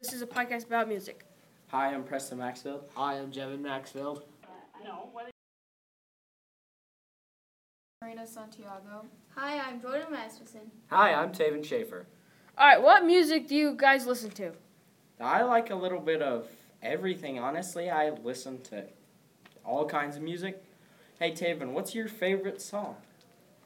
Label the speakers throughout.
Speaker 1: This is a podcast about music.
Speaker 2: Hi, I'm Preston Maxfield.
Speaker 3: Hi, I'm Jevin Maxfield.
Speaker 4: Marina Santiago.
Speaker 5: Hi, I'm Jordan Rasmussen.
Speaker 3: Hi, I'm Taven Schaefer.
Speaker 1: All right, what music do you guys listen to?
Speaker 2: I like a little bit of everything, honestly. I listen to all kinds of music. Hey, Taven, what's your favorite song?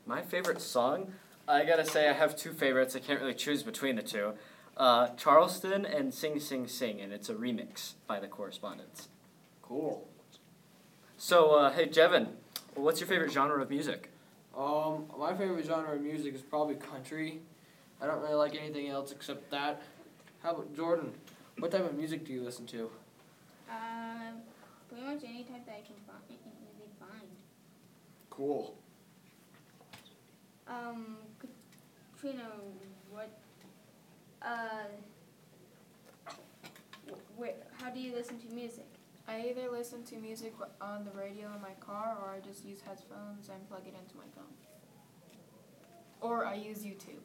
Speaker 3: My favorite song? I gotta say, I have two favorites. I can't really choose between the two uh, Charleston and Sing Sing Sing, and it's a remix by the correspondence.
Speaker 2: Cool.
Speaker 3: So, uh, hey, Jevin, what's your favorite genre of music?
Speaker 6: Um, my favorite genre of music is probably country. I don't really like anything else except that. How about Jordan? What type of music do you listen to?
Speaker 4: Uh,
Speaker 5: Um, pretty much any type that I can find, easily find.
Speaker 6: Cool.
Speaker 5: Um, Katrina, what? Uh, wh- wh- how do you listen to music?
Speaker 4: I either listen to music on the radio in my car or I just use headphones and plug it into my phone. Or I use YouTube.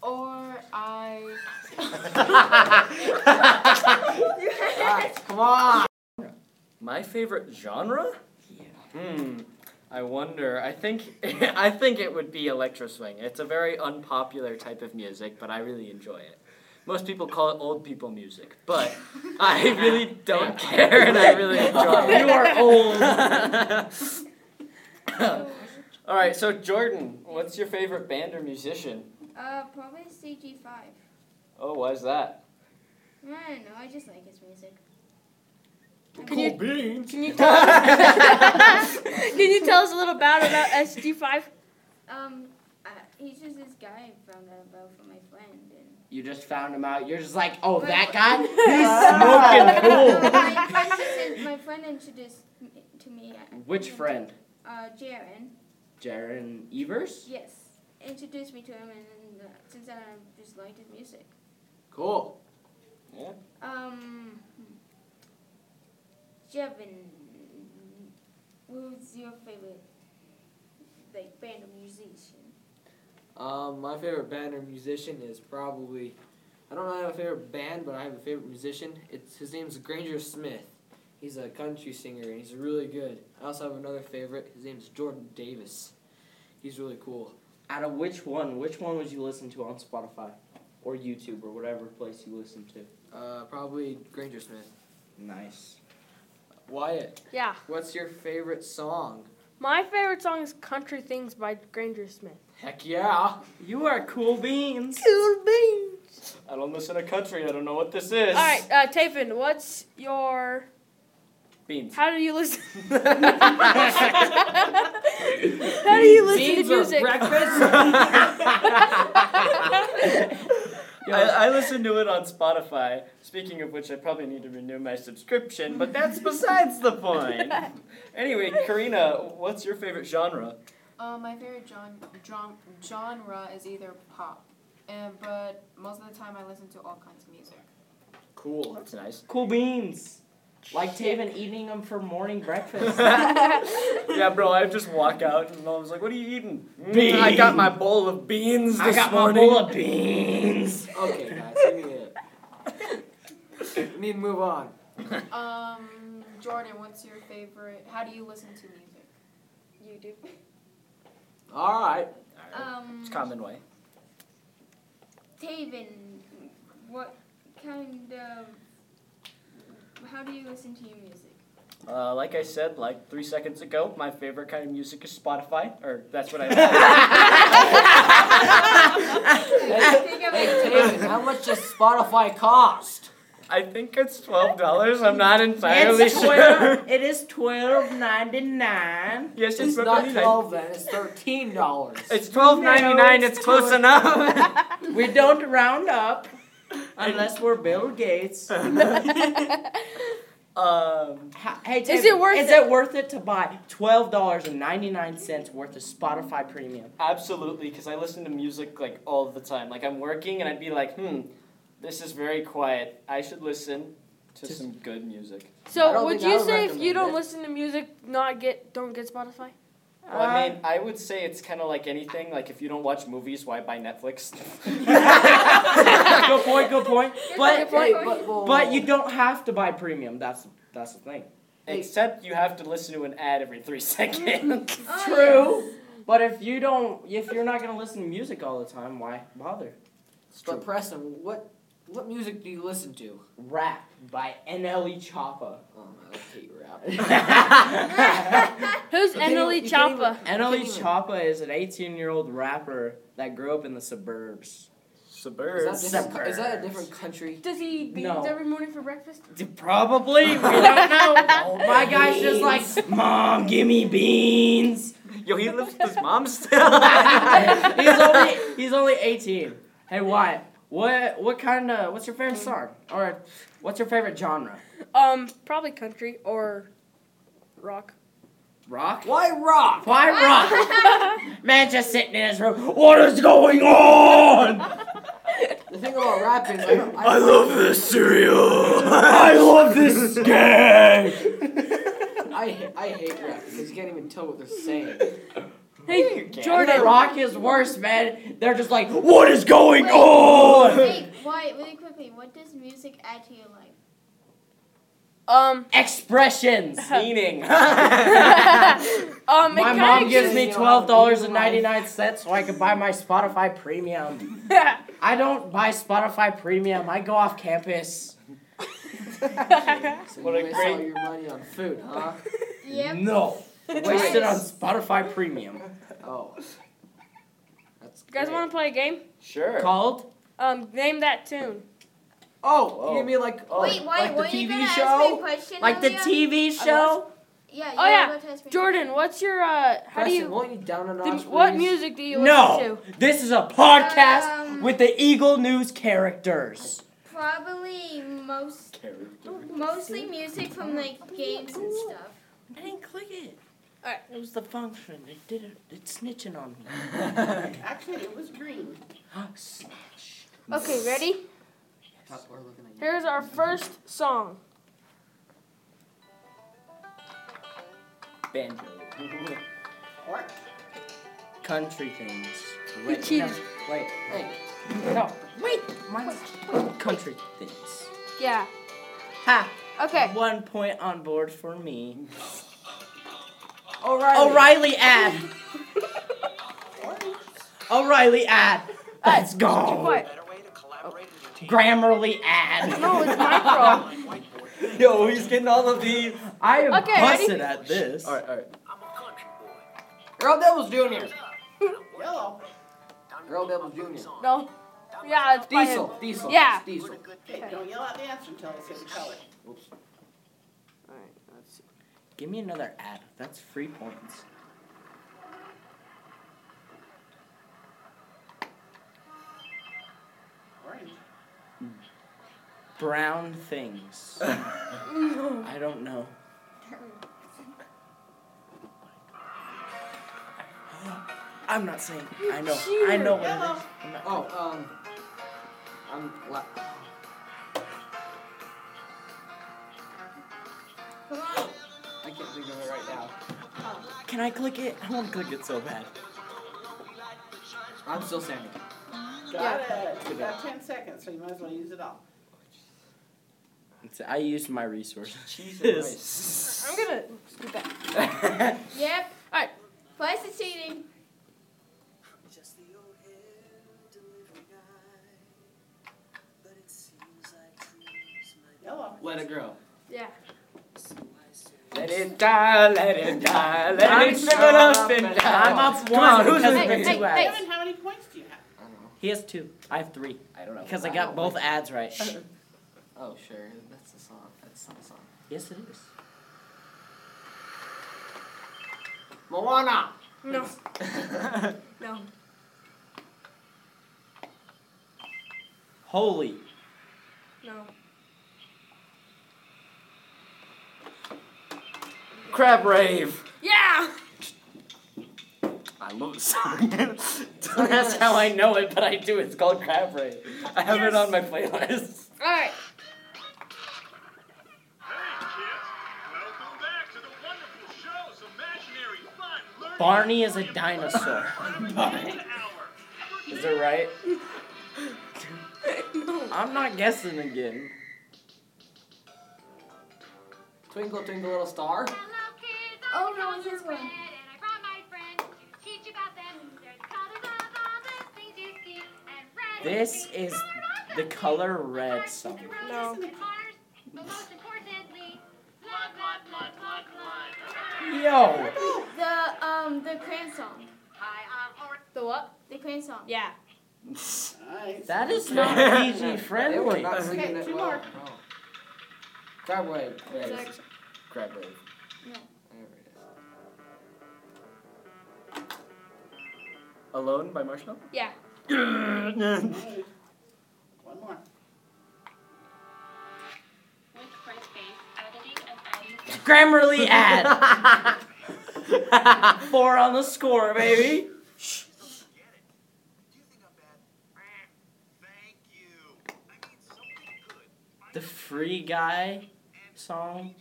Speaker 4: Or I.
Speaker 6: Come on!
Speaker 3: My favorite genre?
Speaker 2: Yeah.
Speaker 3: Hmm. I wonder. I think I think it would be electro swing. It's a very unpopular type of music, but I really enjoy it. Most people call it old people music, but I really don't care, and I really enjoy it.
Speaker 2: You are
Speaker 3: old. All right. So Jordan, what's your favorite band or musician?
Speaker 5: Uh, probably CG5.
Speaker 3: Oh, why's that?
Speaker 5: I don't know, I just like his music.
Speaker 1: Can you,
Speaker 6: beans!
Speaker 1: can you tell us, can you tell us a little about about SD5?
Speaker 5: Um, uh, he's just this guy I found out about from my friend. And
Speaker 2: You just found him out. You're just like, oh, that
Speaker 5: Wait.
Speaker 2: guy? He's smoking
Speaker 5: my, friend just- my friend introduced me- to me. uh,
Speaker 2: cool. Which
Speaker 5: him to-
Speaker 2: friend?
Speaker 5: Uh, Jaren.
Speaker 2: Jaron Evers?
Speaker 5: Yes, introduced me to him, and uh, since then I've just liked his music.
Speaker 6: Cool.
Speaker 3: Yeah.
Speaker 5: Um, Jevin, who's your favorite like band or musician?
Speaker 6: Um, my favorite band or musician is probably. I don't really have a favorite band, but I have a favorite musician. It's His name's Granger Smith. He's a country singer, and he's really good. I also have another favorite. His name's Jordan Davis. He's really cool.
Speaker 2: Out of which one? Which one would you listen to on Spotify or YouTube or whatever place you listen to?
Speaker 6: Uh, probably Granger Smith.
Speaker 2: Nice.
Speaker 6: Wyatt,
Speaker 1: Yeah,
Speaker 6: what's your favorite song?
Speaker 1: my favorite song is "Country Things" by Granger Smith.
Speaker 6: Heck yeah!
Speaker 2: You are cool beans.
Speaker 1: Cool beans.
Speaker 3: I don't listen to country. I don't know what this
Speaker 1: All
Speaker 3: is.
Speaker 1: right, uh, Taven, what's your?
Speaker 3: Beans.
Speaker 1: How do you listen? how do you listen to music?
Speaker 3: I, I listen to it on Spotify. Speaking of which, I probably need to renew my subscription, but that's besides the point. Anyway, Karina, what's your favorite genre?
Speaker 4: Uh, my favorite gen- gen- genre is either pop, and, but most of the time I listen to all kinds of music.
Speaker 3: Cool. That's nice.
Speaker 2: Cool beans. Like Taven eating them for morning breakfast.
Speaker 3: Yeah, bro, I just walk out and I was like, what are you eating? "Mm, I got my bowl of beans this morning.
Speaker 2: of beans.
Speaker 6: okay, guys, give me it. We need to move on.
Speaker 4: Um, Jordan, what's your favorite? How do you listen to music?
Speaker 5: You do.
Speaker 6: All right.
Speaker 3: Alright,
Speaker 5: Um,
Speaker 3: It's common way.
Speaker 5: Taven, what kind of? How do you listen to your music?
Speaker 3: Uh, like I said, like three seconds ago, my favorite kind of music is Spotify, or that's what I.
Speaker 5: I think I'm
Speaker 6: David, how much does Spotify cost?
Speaker 3: I think it's twelve dollars. I'm not entirely sure.
Speaker 2: It is twelve ninety nine.
Speaker 3: Yes,
Speaker 6: It's not twelve then. It's thirteen dollars.
Speaker 3: It's twelve ninety nine. It's close enough.
Speaker 2: We don't round up unless we're Bill Gates.
Speaker 3: um,
Speaker 2: Ha- Hey,
Speaker 1: Is
Speaker 2: Taven,
Speaker 1: it worth
Speaker 2: Is
Speaker 1: it?
Speaker 2: it worth it to buy twelve dollars and ninety nine cents worth of Spotify Premium?
Speaker 3: absolutely, because I listen to music like all the time. Like I'm working, and I'd be like, "Hmm, this is very quiet. I should listen to
Speaker 2: Just-
Speaker 3: some good music."
Speaker 6: I
Speaker 1: So
Speaker 6: don't
Speaker 1: would
Speaker 6: think I
Speaker 1: you
Speaker 6: would
Speaker 1: say if you
Speaker 6: recommend
Speaker 1: don't
Speaker 6: it.
Speaker 1: listen to music, not get don't get Spotify?
Speaker 3: Well, I mean, I would say it's kind of like anything. Like if you don't watch movies, why buy Netflix?
Speaker 2: good point. Good point. But
Speaker 6: Hey, but, whoa,
Speaker 2: but
Speaker 6: whoa.
Speaker 2: you don't have to buy premium. That's that's the thing.
Speaker 3: Except you have to listen to an ad every three seconds.
Speaker 5: Oh,
Speaker 2: True. But if you don't, if you're not gonna listen to music all the time, why bother?
Speaker 6: But Preston, what what music do you listen to?
Speaker 2: Rap by NLE Choppa.
Speaker 6: Um, I hate rap.
Speaker 1: Who's
Speaker 6: Can you-
Speaker 1: Emily
Speaker 6: you can't
Speaker 1: Choppa?
Speaker 6: even-
Speaker 2: NLE
Speaker 6: Can
Speaker 2: E
Speaker 6: you-
Speaker 2: Choppa is an 18 year old rapper that grew up in the suburbs.
Speaker 6: Is that,
Speaker 3: Suburbs.
Speaker 6: different, co- is that a different country?
Speaker 5: Does he beans
Speaker 2: No.
Speaker 5: every morning for breakfast?
Speaker 2: Probably, we don't know. Oh My guy's just
Speaker 6: Beans.
Speaker 2: like, Mom, give me beans.
Speaker 3: Yo, he lives with his mom still.
Speaker 2: he's only he's only 18. Hey, Wyatt, what what kind of what's your favorite song or what's your favorite genre?
Speaker 1: Um, probably country or rock.
Speaker 2: Rock.
Speaker 6: Why rock?
Speaker 2: Why rock? Man, just sitting in his room. What is going on?
Speaker 6: The thing about rap is I, don't, I, don't-
Speaker 2: this cereal. I love this game.
Speaker 6: I, ha- I hate rap because you can't even tell what they're saying.
Speaker 1: Hey,
Speaker 2: Jordan.
Speaker 1: Jordan.
Speaker 2: Rock is worse, man. They're just like, what is going
Speaker 5: Wait.
Speaker 2: on?
Speaker 5: Wait, why? Really quickly, what does music add to your life?
Speaker 1: Um,
Speaker 2: Expressions.
Speaker 3: Meaning.
Speaker 1: um, it
Speaker 2: My
Speaker 1: kinda
Speaker 2: mom gives
Speaker 1: gives-
Speaker 2: me twelve dollars and ninety nine cents so I can buy my Spotify Premium. I don't buy Spotify Premium. I go off campus.
Speaker 6: So
Speaker 3: What
Speaker 6: you
Speaker 3: a
Speaker 6: waste all
Speaker 3: great-
Speaker 6: your money on food, huh?
Speaker 5: Yep.
Speaker 2: No, wasted on Spotify Premium.
Speaker 6: Oh. That's
Speaker 1: You guys
Speaker 6: great.
Speaker 1: want to play a game?
Speaker 3: sure.
Speaker 2: Called.
Speaker 1: Um, name that tune.
Speaker 6: Oh,
Speaker 3: Oh.
Speaker 6: you mean like oh,
Speaker 5: Wait, why?
Speaker 6: like
Speaker 5: were
Speaker 6: the
Speaker 5: you
Speaker 6: TV
Speaker 5: gonna ask me a
Speaker 6: show?
Speaker 5: question?
Speaker 2: Like the
Speaker 5: earlier?
Speaker 2: TV show.
Speaker 5: Yeah. You
Speaker 1: Oh,
Speaker 5: were
Speaker 1: yeah.
Speaker 5: about to ask me Um, a
Speaker 1: Jordan, what's your uh? How do
Speaker 6: Preston,
Speaker 1: you?
Speaker 6: won't you down a notch,
Speaker 1: Did, what
Speaker 6: please?
Speaker 1: music do you listen
Speaker 2: No, this is a podcast
Speaker 5: Um,
Speaker 2: with the Eagle News characters.
Speaker 5: question. Probably most mostly music from like games and stuff.
Speaker 2: I didn't click it.
Speaker 1: Alright.
Speaker 2: It was the function. It did it. It's snitching on me.
Speaker 7: Actually, it was green.
Speaker 2: Snitch.
Speaker 1: to? Okay, ready?
Speaker 6: Oh, we're looking at you.
Speaker 1: Here's our first song.
Speaker 3: Banjo.
Speaker 7: What?
Speaker 2: Country things.
Speaker 1: You cheated.
Speaker 2: No, wait.
Speaker 6: Hey,
Speaker 2: No. Wait. Mine's country things.
Speaker 1: Yeah.
Speaker 2: Ha.
Speaker 1: Okay.
Speaker 2: One point on board for me.
Speaker 6: O'Reilly.
Speaker 2: O'Reilly ad. O'Reiley ad. Let's go.
Speaker 1: What?
Speaker 2: Grammarly ad.
Speaker 1: No, it's micro.
Speaker 3: Yo, he's getting all of the.
Speaker 2: I am
Speaker 1: Okay, ready?
Speaker 2: busted at this.
Speaker 3: All right, all right.
Speaker 6: Earl Devils Jr.
Speaker 7: Yellow.
Speaker 6: Earl Devils Jr.
Speaker 1: no. Yeah, it's by him.
Speaker 6: Diesel. Diesel.
Speaker 1: Yeah.
Speaker 6: It's Diesel.
Speaker 7: Hey, don't yell out the answer until I say the color.
Speaker 6: Oops.
Speaker 2: Give me another ad. That's free points.
Speaker 7: Orange.
Speaker 2: Brown things. I don't know. I'm not saying. I know. I know what it is. I'm not-
Speaker 6: Oh, um, I'm la-
Speaker 5: Come on.
Speaker 6: I can't think of it right now.
Speaker 2: Can I click it? I want to click it so bad.
Speaker 6: I'm still Sammy.
Speaker 7: Got it. You got 10 seconds, so you might as well use it all.
Speaker 2: It's- I used my resources.
Speaker 3: Jesus.
Speaker 1: I'm gonna scoot back.
Speaker 5: Yep.
Speaker 1: All right.
Speaker 5: Plus it's cheating.
Speaker 7: Yellow.
Speaker 6: Let it grow.
Speaker 1: Yeah.
Speaker 3: Let it die, let it die, let
Speaker 2: I'm
Speaker 3: it shrivel up
Speaker 6: up
Speaker 3: and
Speaker 6: and
Speaker 3: die.
Speaker 2: I'm up
Speaker 3: Come
Speaker 2: one.
Speaker 3: on, who's
Speaker 2: because
Speaker 3: this
Speaker 1: Hey,
Speaker 2: of the
Speaker 1: hey,
Speaker 2: two
Speaker 1: hey.
Speaker 2: ads.
Speaker 7: Kevin, how many points do you have?
Speaker 6: I don't know.
Speaker 2: He has two. I have three.
Speaker 3: I don't know.
Speaker 2: Because I got both ads right.
Speaker 6: Oh, sure. That's the song. That's not the song.
Speaker 2: yes, it is.
Speaker 6: Moana.
Speaker 1: No. No.
Speaker 2: Holy.
Speaker 1: No.
Speaker 3: Crab rave.
Speaker 1: Yeah.
Speaker 3: I love the song.
Speaker 2: Oh,
Speaker 3: That's how I know it, but I do. It's called Crab Rave. I have it on my playlist.
Speaker 1: All
Speaker 8: Hey,
Speaker 1: right.
Speaker 8: kids! Welcome back to the wonderful show's imaginary fun learning
Speaker 2: Barney is a dinosaur. Is it right? I'm not guessing again.
Speaker 6: Twinkle, twinkle, little star.
Speaker 5: Oh, no, it's this one.
Speaker 2: This is the color red something.
Speaker 1: No.
Speaker 2: Yo!
Speaker 5: The um the Cran song.
Speaker 1: The what?
Speaker 5: The Cran song.
Speaker 1: Yeah.
Speaker 7: Nice.
Speaker 2: That is not PG
Speaker 6: They were
Speaker 2: friendly.
Speaker 6: not singing
Speaker 7: Okay,
Speaker 6: it
Speaker 7: two
Speaker 6: well.
Speaker 7: more.
Speaker 6: at all. Crab wave. There it is.
Speaker 5: It's like-
Speaker 3: Crab wave.
Speaker 6: There it is.
Speaker 3: Alone by Marshmallow?
Speaker 1: Yeah.
Speaker 3: Yeah.
Speaker 7: Nice. One more.
Speaker 2: Grammarly ad! Four on the score, baby! The free guy song.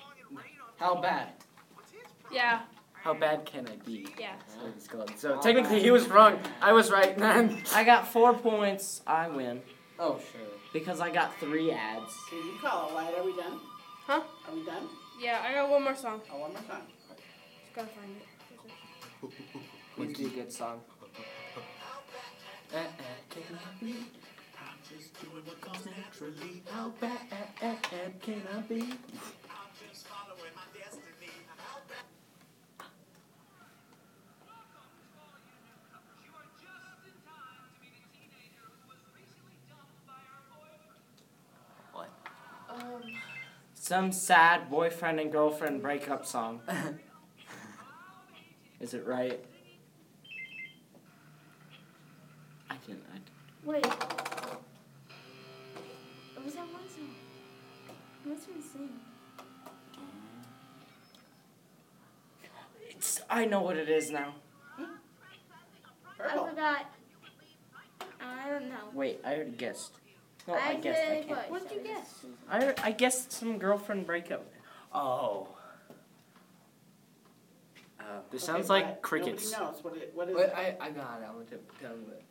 Speaker 6: How bad?
Speaker 1: Yeah.
Speaker 3: How bad can I be?
Speaker 1: Yeah.
Speaker 3: That's what it's called. So technically he was wrong. I was right.
Speaker 2: I got four points. I win
Speaker 6: Oh, sure.
Speaker 2: because I got three ads.
Speaker 7: Can you call it light? Are we done?
Speaker 1: Huh?
Speaker 7: Are we done?
Speaker 1: Yeah. I got one more song.
Speaker 7: Oh, one more time.
Speaker 1: Just gotta find it.
Speaker 6: Would be a good song.
Speaker 3: How bad can I be?
Speaker 4: Um,
Speaker 2: Some sad boyfriend and girlfriend breakup song. Is it right? I didn't. I
Speaker 5: Wait. What was that one song? What's he sing?
Speaker 2: It's, I know what it is now.
Speaker 5: I
Speaker 7: Purple.
Speaker 5: forgot. I don't know.
Speaker 2: Wait, I already guessed. No, I, guessed. I
Speaker 5: said
Speaker 2: can't.
Speaker 5: what?
Speaker 1: What'd you guess?
Speaker 2: I, I guessed some girlfriend breakup. Oh. Oh.
Speaker 3: This
Speaker 7: Okay,
Speaker 3: sounds
Speaker 7: but
Speaker 3: like crickets.
Speaker 7: Nobody knows what it, what is
Speaker 6: Wait,
Speaker 7: it?
Speaker 6: I, I got it. I want to tell you it.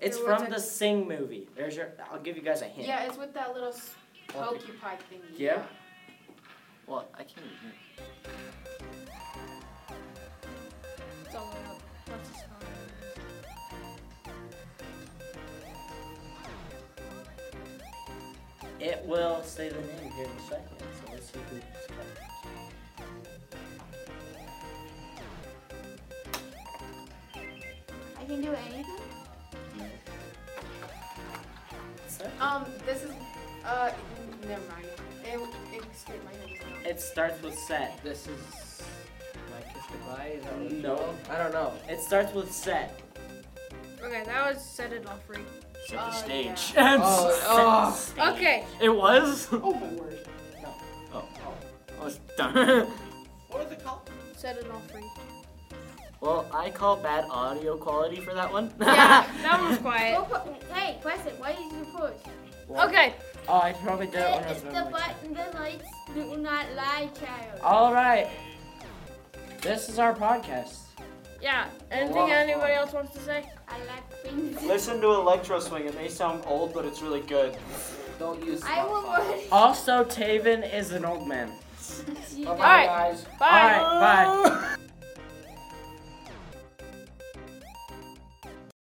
Speaker 2: It's
Speaker 1: There was
Speaker 2: from
Speaker 1: a-
Speaker 2: the Sing movie. There's your. I'll give you guys a hint.
Speaker 4: yeah, it's with that little s- porcupine thingy.
Speaker 2: Yeah?
Speaker 3: Well, I can't even hear.
Speaker 4: It's all lit up. uh, What's his name?
Speaker 2: It will say the name here in a second. So let's see who it's from.
Speaker 5: I can do anything.
Speaker 2: What's that?
Speaker 4: Um, this is, uh, n- never mind. It, it escaped my head just now.
Speaker 2: It starts with set.
Speaker 6: This is my kiss goodbye. Is that what it's
Speaker 2: No.
Speaker 6: called? I don't know.
Speaker 2: It starts with set.
Speaker 1: Okay, that was set it all free.
Speaker 3: Set the
Speaker 4: Oh,
Speaker 3: stage.
Speaker 6: Oh, oh.
Speaker 1: Okay.
Speaker 3: It was?
Speaker 7: Oh, my word.
Speaker 3: I
Speaker 2: Oh,
Speaker 3: was done.
Speaker 7: What was it called?
Speaker 1: Set it all free.
Speaker 3: well, I call bad audio quality for that one.
Speaker 1: Yeah, that one was quiet.
Speaker 5: Go put, hey, question. Why did you push?
Speaker 1: Okay.
Speaker 2: Oh, I probably did it when I was
Speaker 5: it's the
Speaker 2: doing my-
Speaker 5: button that lights do not lie, child.
Speaker 6: Oh.
Speaker 2: All right. This is our podcast.
Speaker 1: Yeah. Anything anybody else wants to say?
Speaker 5: I like things.
Speaker 3: Listen to Electro Swing. It may sound old, but it's really good.
Speaker 6: Don't use
Speaker 5: I will
Speaker 6: Spotify.
Speaker 2: Oh.
Speaker 5: worry.
Speaker 2: Also, Taven is an old man.
Speaker 5: You
Speaker 6: Bye-bye,
Speaker 5: guys.
Speaker 1: Alright.
Speaker 6: guys.
Speaker 1: Bye.
Speaker 2: All right, bye.